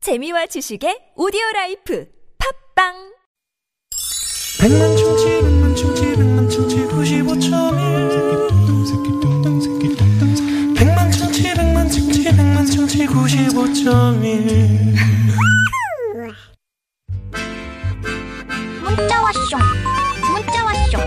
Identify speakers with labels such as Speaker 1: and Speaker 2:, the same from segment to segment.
Speaker 1: 재미와 지식의 오디오 라이프 팝빵
Speaker 2: 백만 충치 백만 충치 백만 충치 95.1 백만 충치 백만 충치 백만 충치 95.1
Speaker 3: 문자 왔쇼 문자 왔쇼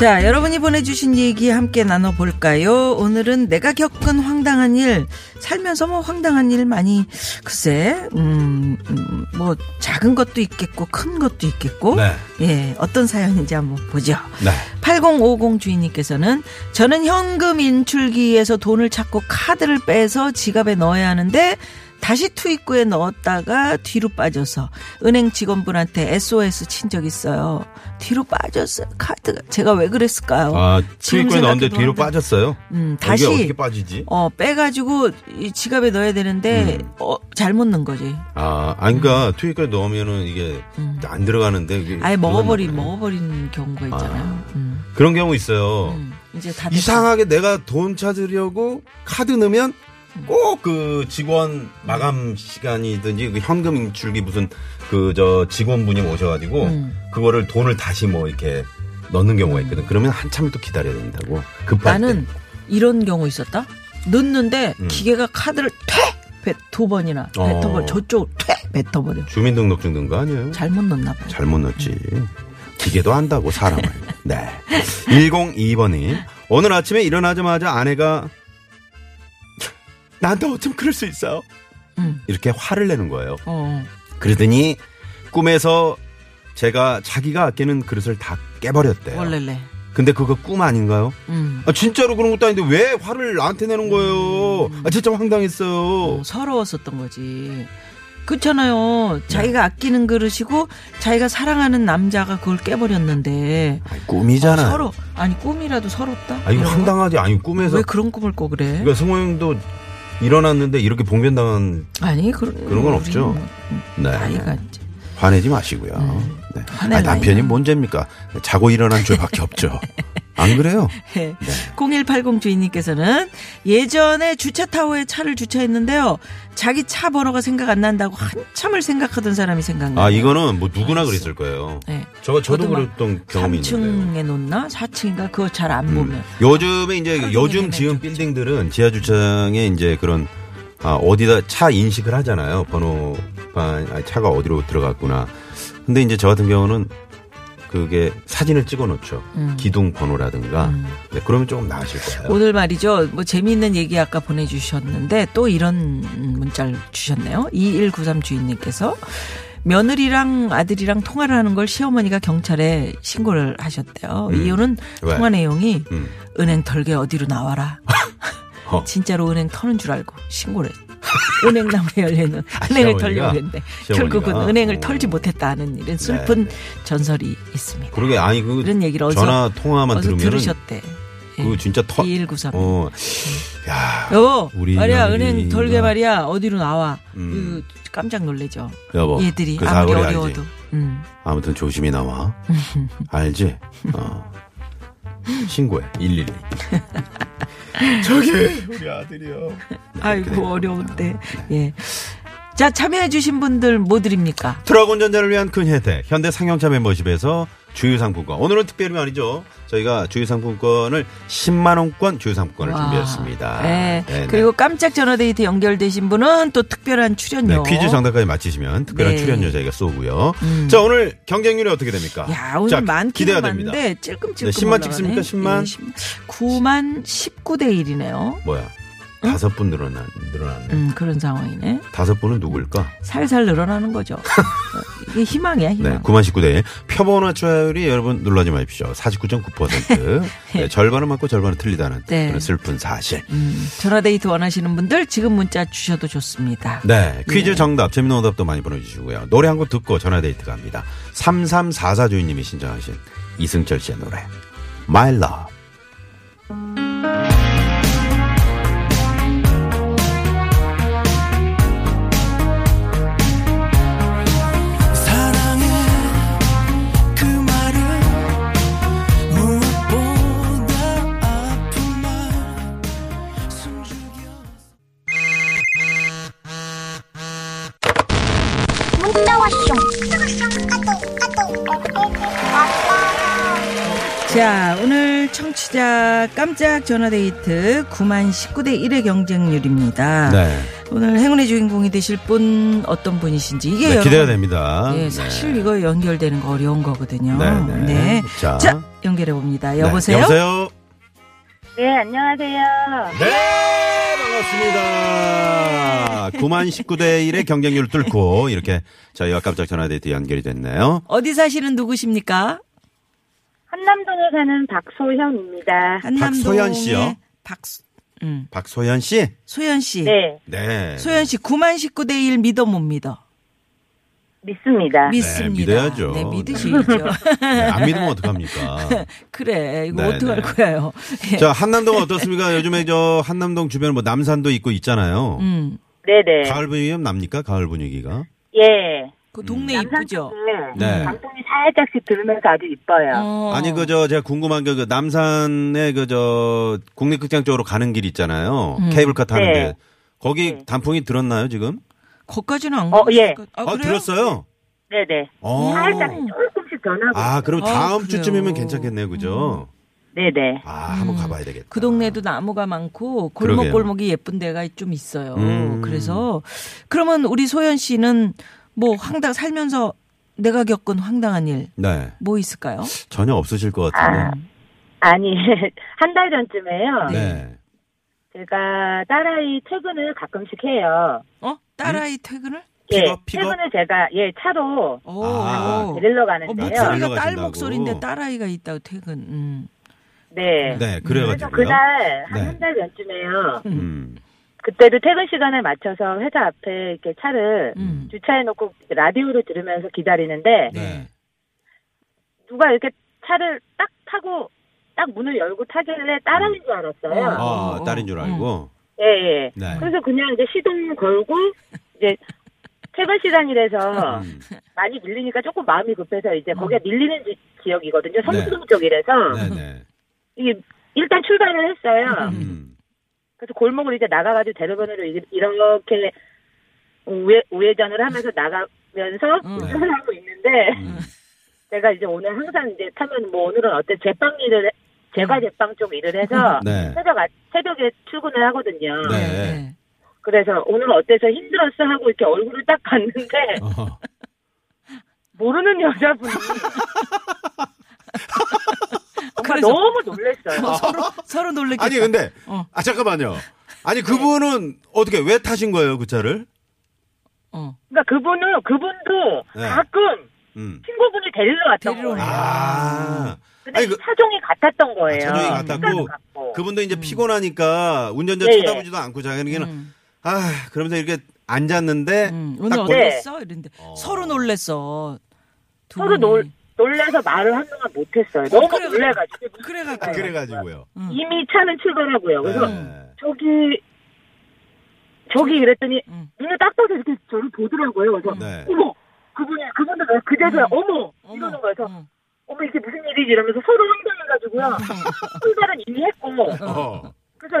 Speaker 4: 자, 여러분이 보내주신 얘기 함께 나눠볼까요? 오늘은 내가 겪은 황당한 일, 살면서 뭐 황당한 일 많이, 글쎄, 음, 음, 뭐, 작은 것도 있겠고, 큰 것도 있겠고,
Speaker 5: 네.
Speaker 4: 예, 어떤 사연인지 한번 보죠.
Speaker 5: 네.
Speaker 4: 8050 주인님께서는 저는 현금 인출기에서 돈을 찾고 카드를 빼서 지갑에 넣어야 하는데 다시 투입구에 넣었다가 뒤로 빠져서 은행 직원분한테 SOS 친 적 있어요. 뒤로 빠졌어요. 카드가 제가 왜 그랬을까요?
Speaker 5: 아,
Speaker 4: 지금
Speaker 5: 트위크에 넣었는데
Speaker 4: 생각해도
Speaker 5: 뒤로
Speaker 4: 한데.
Speaker 5: 빠졌어요.
Speaker 4: 음,
Speaker 5: 이게
Speaker 4: 다시
Speaker 5: 어떻게 빠지지?
Speaker 4: 어 빼가지고 이 지갑에 넣어야 되는데
Speaker 5: 음.
Speaker 4: 어 잘못 넣은 거지.
Speaker 5: 아, 아니, 그러니까 트위크에 넣으면은 이게 안 들어가는데. 이게
Speaker 4: 음. 아예 뭐. 먹어버리
Speaker 5: 들어갔나 봐요.
Speaker 4: 먹어버리는 경우가 있잖아요. 음,
Speaker 5: 그런 경우 있어요.
Speaker 4: 음. 이제 다
Speaker 5: 이상하게 내가 돈 찾으려고 카드 넣으면 꼭 그 직원 마감 시간이든지 그 현금 인출기 무슨 그 저 직원분이 오셔가지고
Speaker 4: 음.
Speaker 5: 그거를 돈을 다시 뭐 이렇게 넣는 경우가 있거든. 그러면 한참 또 기다려야 된다고. 급할
Speaker 4: 나는
Speaker 5: 때.
Speaker 4: 이런 경우 있었다. 넣는데
Speaker 5: 음.
Speaker 4: 기계가 카드를 퇴! 두 번이나
Speaker 5: 어.
Speaker 4: 뱉어버려. 저쪽 퇴! 뱉어버려.
Speaker 5: 주민등록증 든 거 아니에요?
Speaker 4: 잘못 넣나 봐요.
Speaker 5: 잘못 넣었지. 기계도 안다고 사람을. 네. 102번님. 오늘 아침에 일어나자마자 아내가 나한테 어쩜 그럴 수 있어?
Speaker 4: 음.
Speaker 5: 이렇게 화를 내는 거예요.
Speaker 4: 어.
Speaker 5: 그러더니 꿈에서 제가 자기가 아끼는 그릇을 다 깨버렸대요.
Speaker 4: 원래래.
Speaker 5: 근데 그거 꿈 아닌가요?
Speaker 4: 음.
Speaker 5: 아, 진짜로 그런 것도 아닌데 왜 화를 나한테 내는 거예요?
Speaker 4: 음.
Speaker 5: 아, 진짜 황당했어요.
Speaker 4: 어, 서러웠었던 거지. 그렇잖아요. 자기가 아끼는 그릇이고 자기가 사랑하는 남자가 그걸 깨버렸는데
Speaker 5: 아니, 꿈이잖아. 요
Speaker 4: 서로 아니 꿈이라도 서럽다.
Speaker 5: 아니, 이거
Speaker 4: 이런 거?
Speaker 5: 황당하지. 아니, 꿈에서.
Speaker 4: 왜 그런 꿈을 꿔 그래?
Speaker 5: 그러니까 승호 형도 일어났는데 이렇게 봉변당한
Speaker 4: 아니 그런
Speaker 5: 그런 건 없죠.
Speaker 4: 우리는
Speaker 5: 네.
Speaker 4: 나이가 이제
Speaker 5: 화내지 마시고요. 네.
Speaker 4: 화낼
Speaker 5: 아니, 남편이
Speaker 4: 나이가.
Speaker 5: 뭔 죄입니까? 자고 일어난 죄밖에 없죠. 안 그래요?
Speaker 4: 0180 주인님께서는 예전에 주차타워에 차를 주차했는데요. 자기 차 번호가 생각 안 난다고 한참을 생각하던 사람이 생각나요.
Speaker 5: 아 이거는 뭐 누구나 그랬을 거예요.
Speaker 4: 네.
Speaker 5: 저 저도
Speaker 4: 저도 막
Speaker 5: 그랬던 경험이 있는데요. 음.
Speaker 4: 3층에 놓나? 4층인가? 그거 잘 안 보면.
Speaker 5: 요즘에 이제
Speaker 4: 하루
Speaker 5: 요즘
Speaker 4: 종일
Speaker 5: 지은
Speaker 4: 맨날
Speaker 5: 빌딩들은 지하 주차장에 이제 그런 아 어디다 차 인식을 하잖아요. 번호판 아, 차가 어디로 들어갔구나. 근데 이제 저 같은 경우는 그게 사진을 찍어 놓죠. 기둥 번호라든가. 네, 그러면 조금 나으실 거예요.
Speaker 4: 오늘 말이죠. 뭐 재미있는 얘기 아까 보내주셨는데 또 이런 문자를 주셨네요. 2193 주인님께서 며느리랑 아들이랑 통화를 하는 걸 시어머니가 경찰에 신고를 하셨대요. 이유는
Speaker 5: 음. 왜?
Speaker 4: 통화 내용이
Speaker 5: 음.
Speaker 4: 은행 털게 어디로 나와라.
Speaker 5: 어.
Speaker 4: 진짜로 은행 터는 줄 알고 신고를 했어요. 은행 나무에 열리는 은행을
Speaker 5: 아, 시어머니가?
Speaker 4: 털려고 했는데
Speaker 5: 시어머니가?
Speaker 4: 결국은 은행을
Speaker 5: 어.
Speaker 4: 털지 못했다는 이런 슬픈 전설이 있습니다.
Speaker 5: 그러게 아니 그
Speaker 4: 그런 얘기를 어디서
Speaker 5: 전화 통화만
Speaker 4: 어서
Speaker 5: 들으면
Speaker 4: 들으셨대. 예.
Speaker 5: 그 진짜 터
Speaker 4: 2193.
Speaker 5: 어.
Speaker 4: 예.
Speaker 5: 야.
Speaker 4: 여보,
Speaker 5: 우리
Speaker 4: 어, 말이야,
Speaker 5: 며느리가-
Speaker 4: 은행 털게 말이야, 어디로 나와.
Speaker 5: 음.
Speaker 4: 그 깜짝 놀래죠.
Speaker 5: 여보.
Speaker 4: 얘들이
Speaker 5: 그
Speaker 4: 아무리
Speaker 5: 사거리
Speaker 4: 어려워도.
Speaker 5: 알지.
Speaker 4: 음.
Speaker 5: 아무튼 조심히 나와. 알지? 어. 신고해. 112. 저기 우리 아들이요. 네,
Speaker 4: 아이고,
Speaker 5: 그래.
Speaker 4: 어려운데. 예. 자, 참여해주신 분들 뭐 드립니까?
Speaker 5: 트럭 운전자를 위한 큰 혜택 현대 상용차 멤버십에서 주유상품권 오늘은 특별히 아니죠 저희가 주유상품권을 10만원권 주유상품권을
Speaker 4: 와.
Speaker 5: 준비했습니다
Speaker 4: 아, 네.
Speaker 5: 네네.
Speaker 4: 그리고 깜짝 전화데이트 연결되신 분은 또 특별한 출연료.
Speaker 5: 네, 퀴즈 정답까지 맞히시면 특별한
Speaker 4: 네. 음.
Speaker 5: 출연료 저희가 쏘고요. 자, 오늘 경쟁률이 어떻게 됩니까?
Speaker 4: 야, 오늘
Speaker 5: 자,
Speaker 4: 많기는
Speaker 5: 기대가 됩니다.
Speaker 4: 많은데 예, 찔끔찔끔.
Speaker 5: 네, 10만 찍습니까? 10만?
Speaker 4: 9만 19대 1이네요.
Speaker 5: 뭐야? 다섯 분 늘어나, 늘어났네.
Speaker 4: 어? 음, 그런 상황이네.
Speaker 5: 다섯 분은 누굴까?
Speaker 4: 살살 늘어나는 거죠. 어, 이게 희망이야, 희망.
Speaker 5: 네, 9만 19대 1. 표본화 추하율이 여러분 놀라지 마십시오. 49.9%. 네, 절반은 맞고 절반은 틀리다는
Speaker 4: 네.
Speaker 5: 그런 슬픈 사실.
Speaker 4: 음, 전화데이트 원하시는 분들 지금 문자 주셔도 좋습니다.
Speaker 5: 네,
Speaker 4: 예.
Speaker 5: 퀴즈 정답, 재밌는 오답도 많이 보내주시고요. 노래 한 곡 듣고 전화데이트 갑니다. 3344 주인님이 신청하신 이승철 씨의 노래. My Love.
Speaker 2: 사랑해 그 말은 무엇보다 아픈 말 숨죽여
Speaker 3: 왔쇼.
Speaker 4: 자, 오늘 청취자 깜짝 전화데이트 9만 19대 1의 경쟁률입니다.
Speaker 5: 네.
Speaker 4: 오늘 행운의 주인공이 되실 분 어떤 분이신지 이게
Speaker 5: 네,
Speaker 4: 예, 여러분,
Speaker 5: 기대가 됩니다.
Speaker 4: 예,
Speaker 5: 네.
Speaker 4: 사실 이거 연결되는 거 어려운 거거든요.
Speaker 5: 네, 네.
Speaker 4: 자,
Speaker 5: 자.
Speaker 4: 연결해 봅니다.
Speaker 5: 네,
Speaker 4: 여보세요?
Speaker 5: 여보세요?
Speaker 6: 네, 안녕하세요.
Speaker 5: 네, 반갑습니다. 9만 19대 1의 경쟁률 뚫고 이렇게 저희와 깜짝 전화데이트 연결이 됐네요.
Speaker 4: 어디 사시는 누구십니까?
Speaker 6: 한남동에 사는 박소현입니다.
Speaker 4: 한남동의
Speaker 5: 박소연 씨요?
Speaker 4: 박 음,
Speaker 5: 박소연 씨?
Speaker 4: 소연 씨.
Speaker 6: 네,
Speaker 5: 네.
Speaker 4: 소연 씨 9만 19대 1 믿어 못 믿어?
Speaker 6: 믿습니다.
Speaker 4: 믿습니다.
Speaker 5: 믿어야죠.
Speaker 4: 네, 믿으시죠.
Speaker 5: 네, 안 믿으면 어떡합니까?
Speaker 4: 그래. 이거
Speaker 5: 네,
Speaker 4: 어떡할
Speaker 5: 네.
Speaker 4: 거예요? 예.
Speaker 5: 자, 한남동 어떻습니까? 요즘에 저 한남동 주변 뭐 남산도 있고 있잖아요.
Speaker 4: 음.
Speaker 6: 네네.
Speaker 5: 가을 분위기 납니까? 가을 분위기가?
Speaker 6: 예.
Speaker 4: 그 동네 이쁘죠?
Speaker 6: 남산쪽에
Speaker 5: 네.
Speaker 6: 방송이 살짝씩 들으면서 아주 이뻐요.
Speaker 4: 어.
Speaker 5: 아니 그저 제가 궁금한 게 그 남산에 그저 국립극장 쪽으로 가는 길 있잖아요.
Speaker 4: 음.
Speaker 5: 케이블카 타는데
Speaker 6: 네.
Speaker 5: 거기 단풍이 들었나요 지금?
Speaker 4: 거기까지는 안
Speaker 6: 어, 예.
Speaker 4: 것-
Speaker 5: 아,
Speaker 4: 아, 그래요?
Speaker 5: 들었어요.
Speaker 6: 네네.
Speaker 5: 어.
Speaker 6: 살짝씩 조금씩 변하고.
Speaker 5: 아 그럼
Speaker 4: 아,
Speaker 5: 다음
Speaker 4: 그래요. 음.
Speaker 5: 주쯤이면 괜찮겠네요, 그죠?
Speaker 6: 네네.
Speaker 5: 아 한번 가봐야 되겠다.
Speaker 4: 그 동네에도 나무가 많고
Speaker 5: 그러게요.
Speaker 4: 골목골목이 예쁜 데가 좀 있어요.
Speaker 5: 음.
Speaker 4: 그래서 그러면 우리 소연 씨는 뭐 황당 살면서 내가 겪은 황당한 일 뭐
Speaker 5: 네
Speaker 4: 있을까요?
Speaker 5: 전혀 없으실 것 같은데.
Speaker 6: 아니, 한 달 전쯤에요.
Speaker 5: 네.
Speaker 6: 제가 딸아이 퇴근을 가끔씩 해요.
Speaker 4: 어? 딸아이 퇴근을?
Speaker 5: 픽업,
Speaker 6: 예,
Speaker 5: 픽업?
Speaker 6: 퇴근을 제가, 예, 차로
Speaker 4: 오.
Speaker 5: 아,
Speaker 4: 오.
Speaker 6: 데리러
Speaker 4: 어,
Speaker 6: 가는데요.
Speaker 5: 목소리-
Speaker 4: 목소리가 딸
Speaker 5: 가신다고.
Speaker 4: 목소리인데 딸아이가 있다고 퇴근. 음.
Speaker 6: 네.
Speaker 5: 네, 그래가지고요.
Speaker 6: 그날,
Speaker 5: 네.
Speaker 6: 한 한 달 전쯤에요.
Speaker 5: 음.
Speaker 6: 그때도 퇴근 시간에 맞춰서 회사 앞에 이렇게 차를
Speaker 4: 음.
Speaker 6: 주차해놓고 라디오를 들으면서 기다리는데
Speaker 5: 네.
Speaker 6: 누가 이렇게 차를 딱 타고 딱 문을 열고 타길래 따라는 줄 알았어요.
Speaker 5: 아
Speaker 4: 어,
Speaker 5: 딸인 줄
Speaker 4: 어.
Speaker 5: 알고.
Speaker 6: 예, 예.
Speaker 5: 네.
Speaker 6: 그래서 그냥 이제 시동 걸고 이제 퇴근 시간이라서
Speaker 5: 음.
Speaker 6: 많이 밀리니까 조금 마음이 급해서 이제 거기가 밀리는 지, 역이거든요 성수동 쪽이라서
Speaker 5: 네. 네네.
Speaker 6: 이게 일단 출발을 했어요.
Speaker 5: 음.
Speaker 6: 그래서 골목을 이제 나가가지고 대로변으로 이- 이렇게 우회, 우회전을 하면서 나가면서
Speaker 4: 음.
Speaker 6: 운전을 하고 있는데
Speaker 5: 음.
Speaker 6: 제가 이제 오늘 항상 이제 타면 뭐 오늘은 어때 제빵 일을 해- 제과 제빵 쪽 일을 해서
Speaker 5: 네.
Speaker 6: 새벽 아- 새벽에 출근을 하거든요.
Speaker 5: 네.
Speaker 6: 그래서 오늘 어때서 힘들었어 하고 이렇게 얼굴을 딱 봤는데
Speaker 5: 어.
Speaker 6: 모르는 여자분이 정말
Speaker 4: 그래서-
Speaker 6: 너무 놀랬어요.
Speaker 4: 서로 서로 놀랬겠다.
Speaker 5: 아니 근데
Speaker 4: 어.
Speaker 5: 아 잠깐만요. 아니 그분은 어떻게 왜 타신 거예요 그 차를?
Speaker 4: 어.
Speaker 6: 그러니까 그분은 그분도
Speaker 5: 네.
Speaker 6: 가끔
Speaker 5: 음.
Speaker 6: 친구분이 데리러 왔던
Speaker 4: 데리러
Speaker 6: 거예요.
Speaker 5: 아.
Speaker 6: 근데
Speaker 5: 아니 그
Speaker 6: 차종이 같았던 거예요.
Speaker 5: 차종이 같았고
Speaker 6: 같고.
Speaker 5: 그분도 이제 피곤하니까 운전자
Speaker 6: 예, 예.
Speaker 5: 쳐다보지도 않고 자기는
Speaker 4: 음.
Speaker 5: 아 그러면서 이렇게 앉았는데
Speaker 4: 음.
Speaker 5: 딱 네.
Speaker 4: 오늘
Speaker 5: 보니-
Speaker 6: 어때?
Speaker 4: 어땠어? 이랬는데 서로 놀랬어. 두
Speaker 6: 서로
Speaker 4: 분이.
Speaker 6: 놀 놀래서 말을 한동안 못했어요. 너무
Speaker 4: 그래, 그래.
Speaker 6: 놀래가지고
Speaker 4: 그래갖고.
Speaker 5: 그래가지고요.
Speaker 4: 음.
Speaker 6: 이미 차는 출발하고요. 그래서
Speaker 5: 네.
Speaker 6: 저기 저기 이랬더니
Speaker 4: 음.
Speaker 6: 눈을 딱 떠서 이렇게 저를 보더라고요. 그래서
Speaker 5: 네.
Speaker 6: 어머 그분이 그분도 왜 그제서야 어머
Speaker 4: 음. 어머.
Speaker 6: 이러는 거예요. 그래서
Speaker 4: 어.
Speaker 6: 어머 이게 무슨 일이지 이러면서 서로 황당해가지고요. 출발은 이미 했고
Speaker 5: 어.
Speaker 6: 그래서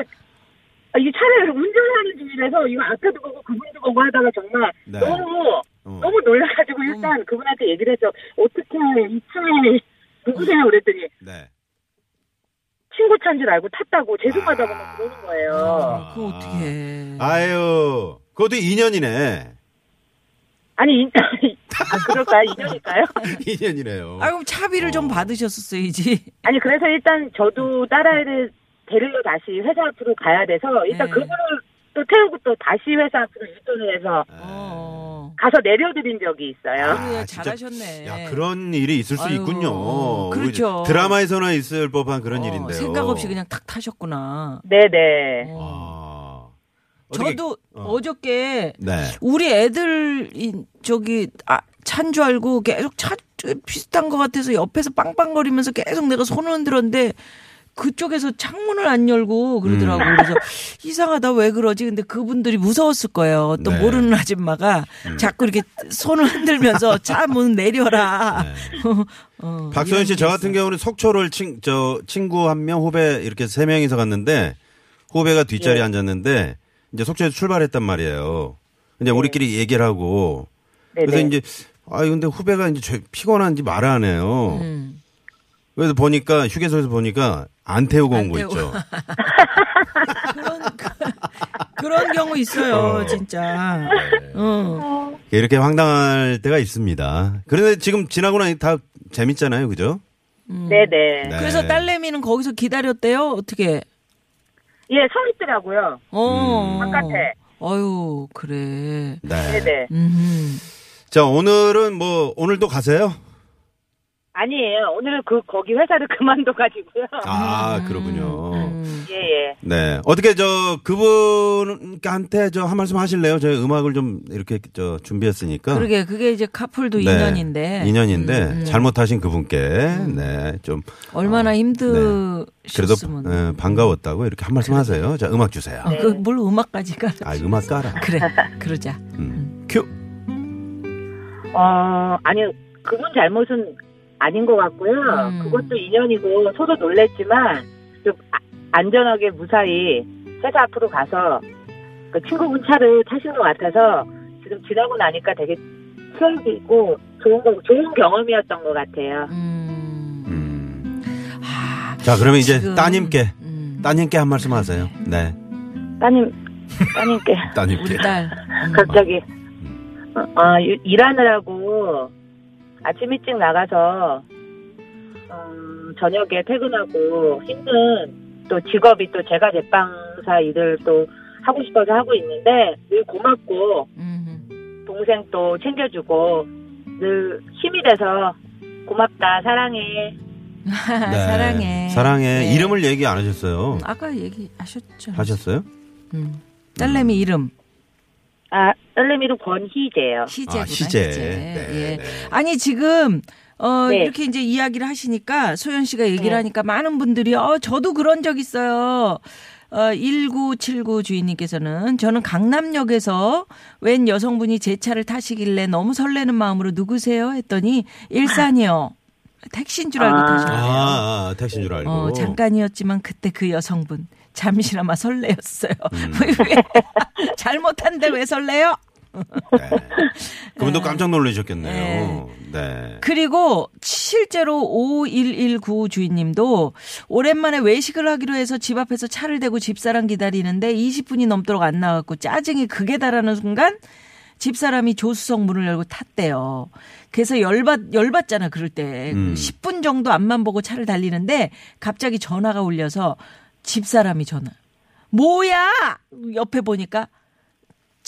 Speaker 6: 아, 이 차를 운전하는 중이라서 이거 앞에도 보고 그분도 보고 하다가 정말
Speaker 5: 네.
Speaker 6: 너무
Speaker 5: 어.
Speaker 6: 너무 놀라가지고 일단
Speaker 4: 음.
Speaker 6: 그분한테 얘기를 해서 어떻게 이 차에 누구세요 그랬더니
Speaker 5: 네.
Speaker 6: 친구 차인 줄 알고 탔다고 죄송하다고
Speaker 5: 아.
Speaker 6: 막 그러는 거예요.
Speaker 4: 아, 그거 어떻게
Speaker 5: 아유 그것도 인연이네.
Speaker 6: 아니 인, 아, 그럴까요 인연일까요?
Speaker 5: 인연이네요.
Speaker 4: 아, 그럼 차비를 좀
Speaker 5: 어. 네.
Speaker 4: 받으셨었어야지.
Speaker 6: 아니 그래서 일단 저도 딸아이를 데리러 다시 회사 앞으로 가야 돼서 일단
Speaker 4: 네.
Speaker 6: 그분을 또 태우고 또 다시 회사 앞으로 유턴을 해서
Speaker 5: 네.
Speaker 4: 어.
Speaker 6: 가서 내려드린 적이 있어요.
Speaker 4: 그래,
Speaker 5: 아, 진짜.
Speaker 4: 잘하셨네.
Speaker 5: 야 그런 일이 있을 수
Speaker 4: 아유,
Speaker 5: 있군요.
Speaker 4: 그렇죠.
Speaker 5: 우리 드라마에서나 있을 법한 그런
Speaker 4: 어,
Speaker 5: 일인데요.
Speaker 4: 생각 없이 그냥 탁 타셨구나.
Speaker 6: 네네.
Speaker 4: 어.
Speaker 5: 아. 어떻게-
Speaker 4: 음. 저도
Speaker 5: 어.
Speaker 4: 어. 저께
Speaker 5: 네.
Speaker 4: 우리 애들 이- 저기 아, 찬 줄 알고 계속 차 비슷한 것 같아서 옆에서 빵빵거리면서 계속 내가 손을 흔들었는데 그쪽에서 창문을 안 열고 그러더라고
Speaker 5: 음.
Speaker 4: 요 그래서 이상하다 왜 그러지 근데 그분들이 무서웠을 거예요 또
Speaker 5: 네. 음.
Speaker 4: 모르는 아줌마가 자꾸 이렇게 손을 흔들면서 차 문 내려라 어,
Speaker 5: 네. 박소연 씨,
Speaker 4: 이런
Speaker 5: 저
Speaker 4: 게
Speaker 5: 같은
Speaker 4: 있어요.
Speaker 5: 경우는 속초를 친, 저, 친구 한 명, 후배 이렇게 세 명이서 갔는데, 후배가 뒷자리에
Speaker 4: 네.
Speaker 5: 앉았는데,
Speaker 4: 네.
Speaker 5: 이제 속초에서 출발했단 말이에요. 이제 우리끼리 얘기를 하고,
Speaker 6: 네네.
Speaker 5: 그래서 이제, 아 근데 후배가 이제 죄- 피곤한지 말 안 해요.
Speaker 4: 음.
Speaker 5: 그래서 보니까 휴게소에서 보니까 안 태우고
Speaker 4: 안
Speaker 5: 온 거
Speaker 4: 태우고.
Speaker 5: 있죠.
Speaker 4: 그런 그런 경우 있어요,
Speaker 5: 어.
Speaker 4: 진짜. 어.
Speaker 5: 이렇게 황당할 때가 있습니다. 그런데 지금 지나고 나니 다 재밌잖아요, 그죠?
Speaker 6: 네네.
Speaker 5: 네.
Speaker 4: 그래서 딸내미는 거기서 기다렸대요. 어떻게?
Speaker 6: 예, 서 있더라고요.
Speaker 4: 어.
Speaker 5: 음.
Speaker 6: 바깥에.
Speaker 4: 어유, 그래.
Speaker 5: 네.
Speaker 6: 네네.
Speaker 4: 음.
Speaker 5: 자 오늘은 뭐 오늘도 가세요?
Speaker 6: 아니에요. 오늘은 그 거기 회사를 그만둬가지고요.
Speaker 4: 음.
Speaker 5: 아 그러군요.
Speaker 6: 예예.
Speaker 5: 네 어떻게 저 그분한테 저 한 말씀 하실래요? 저희 음악을 좀 이렇게 저 준비했으니까.
Speaker 4: 그러게 음, 그게 이제 카풀도
Speaker 5: 네.
Speaker 4: 인연인데
Speaker 5: 인연인데 잘못하신 그분께
Speaker 4: 음.
Speaker 5: 네좀
Speaker 4: 얼마나 힘드셨으면
Speaker 5: 그래도 예, 반가웠다고 이렇게 한 말씀 하세요. 자 음악 주세요.
Speaker 4: 아, 그뭘 음악까지 가
Speaker 5: 아 음악 깔아.
Speaker 4: 그래 그러자
Speaker 5: 음. 큐.
Speaker 6: 어 아니 그분 잘못은 아닌 것 같고요.
Speaker 4: 음.
Speaker 6: 그것도 인연이고 서로 놀랬지만 좀 아- 안전하게 무사히 회사 앞으로 가서 그 친구분 차를 타신 것 같아서 지금 지나고 나니까 되게 수익이 있고 좋은 거- 좋은 경험이었던 것 같아요.
Speaker 4: 음.
Speaker 5: 음.
Speaker 4: 아,
Speaker 5: 자 그러면 이제
Speaker 4: 지금,
Speaker 5: 따님께
Speaker 4: 음,
Speaker 5: 따님께 한 말씀 하세요. 네
Speaker 6: 따님 따님께
Speaker 5: 따님께. 네.
Speaker 4: 우리 딸 음.
Speaker 6: 갑자기 그러니까 어, 어, 일- 일하느라고 아침 일찍 나가서 어, 저녁에 퇴근하고 힘든 또 직업이 또 제가 제빵사 일을 또 하고 싶어서 하고 있는데 늘 고맙고
Speaker 4: 음.
Speaker 6: 동생 또 챙겨주고 늘 힘이 돼서 고맙다 사랑해
Speaker 5: 네.
Speaker 4: 음. 사랑해
Speaker 5: 사랑해.
Speaker 4: 네.
Speaker 5: 이름을 얘기 안 하셨어요.
Speaker 4: 음, 아까 얘기하셨죠
Speaker 5: 하셨어요?
Speaker 4: 음. 딸내미 이름
Speaker 6: 아 딸내미로 권희재요
Speaker 4: 희재구나
Speaker 5: 아, 희재.
Speaker 4: 희재.
Speaker 5: 네,
Speaker 4: 예.
Speaker 5: 네.
Speaker 4: 아니 지금 어
Speaker 6: 네.
Speaker 4: 이렇게 이제 이야기를 하시니까 소연 씨가 얘기를
Speaker 6: 네.
Speaker 4: 하니까 많은 분들이 어 저도 그런 적 있어요. 어, 1979 주인님께서는 저는 강남역에서 웬 여성분이 제 차를 타시길래 너무 설레는 마음으로 누구세요? 했더니 일산이요. 택시인 줄 알고
Speaker 6: 아.
Speaker 5: 아,
Speaker 4: 타셨네요.
Speaker 5: 아 택시인 줄 알고.
Speaker 4: 어, 잠깐이었지만 그때 그 여성분 잠시나마 설레였어요.
Speaker 5: 음.
Speaker 4: 왜 잘못한데 왜 설레요?
Speaker 5: 네.
Speaker 4: 네.
Speaker 5: 그분도 깜짝 놀라셨겠네요. 네.
Speaker 4: 그리고 실제로 5119 주인님도 오랜만에 외식을 하기로 해서 집 앞에서 차를 대고 집사람 기다리는데 20분이 넘도록 안 나왔고 짜증이 극에 달하는 순간 집사람이 조수석 문을 열고 탔대요. 그래서 열받 열받잖아 그럴 때그
Speaker 5: 음.
Speaker 4: 10분 정도 앞만 보고 차를 달리는데 갑자기 전화가 울려서 집사람이 전화. 뭐야? 옆에 보니까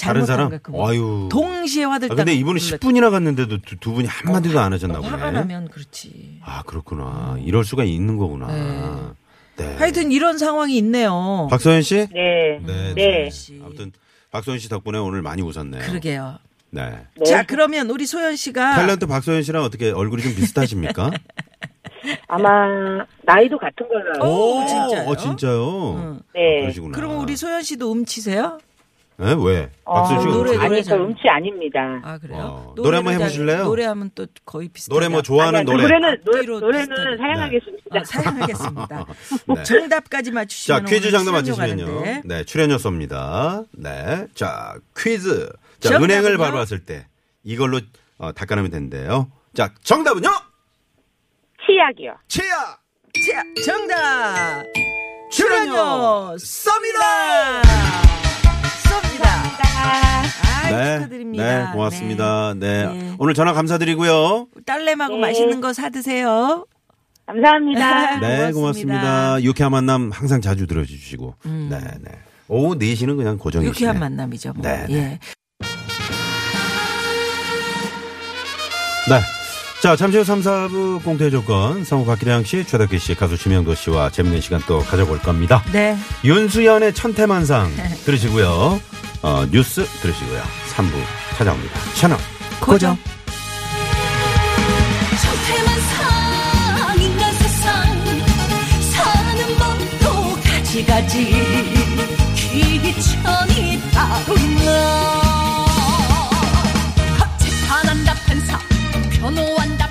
Speaker 5: 다른
Speaker 4: 잘못한
Speaker 5: 사람.
Speaker 4: 거야, 그거.
Speaker 5: 아유.
Speaker 4: 동시에 화들짝.
Speaker 5: 아, 근데 이분은
Speaker 4: 놀랐-
Speaker 5: 10분이나 갔는데도 두, 두 분이
Speaker 4: 어,
Speaker 5: 한마디도 안 하셨나 보네.
Speaker 4: 화가 나면 그렇지.
Speaker 5: 아, 그렇구나. 이럴 수가 있는 거구나. 네.
Speaker 4: 하여튼 이런 상황이 있네요.
Speaker 5: 박소연 씨?
Speaker 6: 네
Speaker 5: 네.
Speaker 6: 네.
Speaker 5: 아무튼 박소연 씨 덕분에 오늘 많이 웃었네요.
Speaker 4: 그러게요. 아.
Speaker 5: 네.
Speaker 6: 네.
Speaker 4: 자, 그러면 우리 소연 씨가
Speaker 5: 탤런트 박소연 씨랑 어떻게 얼굴이 좀 비슷하십니까?
Speaker 6: 아마 나이도 같은 걸로 알고
Speaker 4: 오, 진짜요?
Speaker 5: 어, 진짜요?
Speaker 6: 네.
Speaker 5: 아, 그러시구나.
Speaker 4: 그럼 우리 소연 씨도 음치세요?
Speaker 5: 예? 왜? 박소연 씨가
Speaker 4: 노래,
Speaker 5: 노래,
Speaker 4: 노래
Speaker 6: 아니 어, 저
Speaker 4: 잘-
Speaker 6: 음치 아닙니다
Speaker 4: 아, 그래요?
Speaker 5: 어, 노래 한번
Speaker 4: 노래를
Speaker 5: 해보실래요?
Speaker 4: 잘- 노래하면 또 거의 비슷해요.
Speaker 5: 노래 뭐 좋아하는
Speaker 6: 아니요,
Speaker 5: 노래.
Speaker 6: 네, 노래는 노래,
Speaker 4: 뒤로 비슷하게.
Speaker 6: 노래는 사양하겠습니다.
Speaker 4: 아, 사랑하겠습니다.
Speaker 5: 네.
Speaker 4: 정답까지
Speaker 5: 자,
Speaker 4: 맞추시면
Speaker 5: 퀴즈 장르
Speaker 4: 오늘 출연료
Speaker 5: 맞히시면요.
Speaker 4: 가는데.
Speaker 5: 네, 출연료 쏩니다. 네. 자, 퀴즈. 자,
Speaker 4: 정답은요?
Speaker 5: 은행을 밟았을 때 이걸로 어, 닦아내면 된대요. 자, 정답은요?
Speaker 6: 치약이요.
Speaker 5: 치약!
Speaker 4: 자,
Speaker 5: 네.
Speaker 4: 정답. 출연료
Speaker 5: 출연료
Speaker 4: 쏩니다. 쏩니다. 아, 축하드립니다.
Speaker 5: 네, 고맙습니다. 네.
Speaker 4: 네.
Speaker 5: 오늘 전화 감사드리고요.
Speaker 4: 딸내하고 맛있는 거 사 드세요.
Speaker 6: 감사합니다.
Speaker 4: 고맙습니다.
Speaker 5: 네, 고맙습니다. 유쾌한 만남 항상 자주 들어주시고. 네, 네. 오후 4시는 그냥 고정이시네.
Speaker 4: 유쾌한 만남이죠. 뭐.
Speaker 5: 네, 네.
Speaker 4: 예.
Speaker 5: 네. 자, 잠시 후 3, 4부 공태 조건, 성우 박기량 씨, 최덕기 씨, 가수 지명도 씨와 재밌는 시간 또 가져볼 겁니다.
Speaker 4: 네.
Speaker 5: 윤수연의 천태만상 들으시고요. 어, 뉴스 들으시고요. 3부 찾아옵니다. 채널.
Speaker 4: 고정.
Speaker 7: 천태만 상 인간 세상 사는 법도 가지가지 귀귀천이 따로 뭐. 있나 합치 사난다 판사 변호한다